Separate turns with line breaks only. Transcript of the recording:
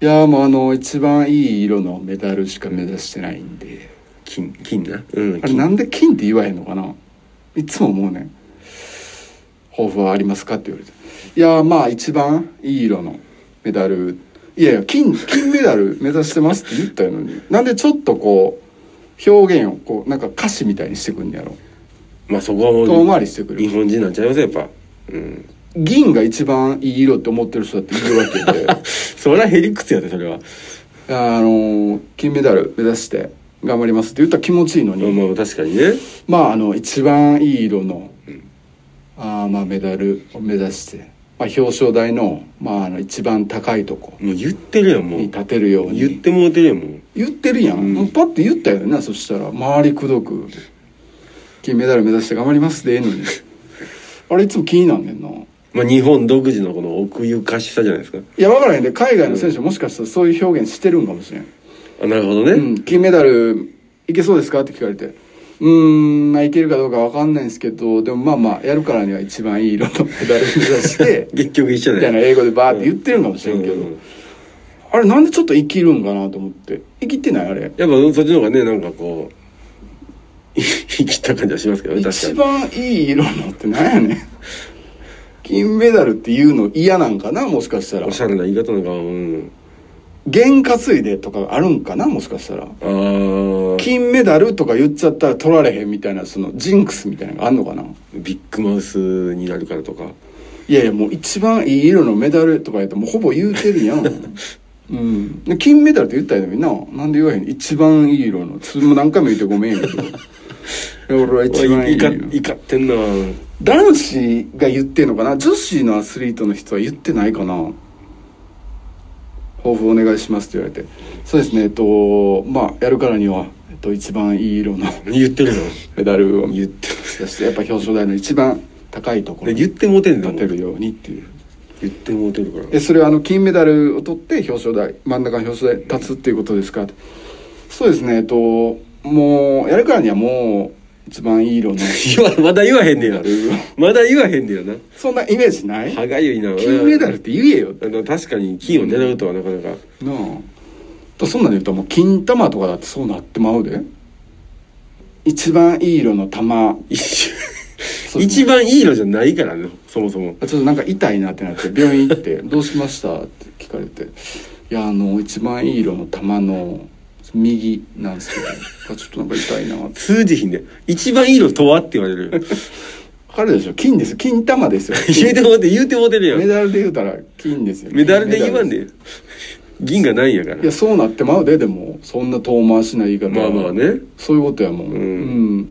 やーもうあの一番いい色のメダルしか目指してないんで金
金なうん
あれ
金
なんで金って言わへんのかないつも思うねん抱負はありますかって言われていやーまあ一番いい色のメダルいやいや金金メダル目指してますって言ったのになんでちょっとこう表現をこうなんか歌詞みたいにしてくんねやろ
まあそこはもう
遠回りしてくる
日本人なんちゃいますやっぱうん
銀が一番いい色って思ってる人だっているわけで
それはヘリクツやでそれは
あのー金メダル目指して頑張りますって言ったら気持ちいいのに、
まあまあ確かにね
まああの一番いい色の、あーまあメダルを目指して、まあ、表彰台の,、まあ、あの一番高いとこ
もう言ってるやんもう
に立てるように
言ってもうてるやんもう
言ってるやん、もうパッて言ったよなそしたら周りくどく金メダル目指して頑張りますでええ のにあれいつも気になんねんな
まあ日本独自のこの奥ゆかしさじゃないですか
いや分からへんで海外の選手もしかしたらそういう表現してるんかもしれん
あなるほどね、
うん、金メダルいけそうですかって聞かれてうーんまあいけるかどうかわかんないんですけどでもまあまあやるからには一番いい色のメダル目指 して
結局一緒
み
だ
たい
よ
な英語でバーって言ってるんかもしれんけど、
うんうん
あれなんでちょっと生きるんかなと思って生きてないあれ
やっぱそっちの方がねなんかこう 生きた感じはしますけどね確か
一
に
番いい色のってなんやねん金メダルっていうの嫌なんかなもしかしたら
おしゃれな言い方のがうん
験担いでとかあるんかなもしかしたら
あー
金メダルとか言っちゃったら取られへんみたいなそのジンクスみたいなのがあんのかな
ビッグマウスになるからとか
いやいやもう一番いい色のメダルとか言ってもうほぼ言うてるやん、うん、で金メダルって言ったらいいのにななんで言わへんの一番いい色のそれも何回も言ってごめんやけどいや俺は一番いい
か
色
いかってんな
男子が言ってんのかな女子のアスリートの人は言ってないかな抱負お願いしますって言われてそうですねえっとまあやるからには、えっと、一番いい色の
言ってるの
メダルを
言って
そしてやっぱ表彰台の一番高いところ
で
に
言ってもうてんだ
立
もん
てるようにっていう。
言ってもうてるから
えそれはあの金メダルを取って表彰台真ん中の表彰台に立つっていうことですかってそうですねえっともうやるからにはもう一番いい色の
言わ まだ言わへんね
メ
や
ダル
まだ言わへんねやな
そんなイメージない
歯がゆいな
金メダルって言えよ
あの確かに金を狙うとはなかなか
なあとそんなんで言うともう金玉とかだってそうなってまうで一番いい色の玉
一
そう
一番いいのじゃないからねそもそも
あちょっとなんか痛いなってなって病院行っ て「どうしました?」って聞かれて「いやあの一番いい色の玉の右なんですけどあちょっとなんか痛いな」って。
通じひんで一番いいのとはって言われ る
わかるでしょ金ですよ金玉です よ
言うてもうて言うてもうてるや
メ
ん
ダルで言うたら金ですよ
メダルで言わんでええよ銀がないんやか
いや
ら
そうなってまうででもそんな遠回しない言い方
まあまあね
そういうことやもん
ん
うん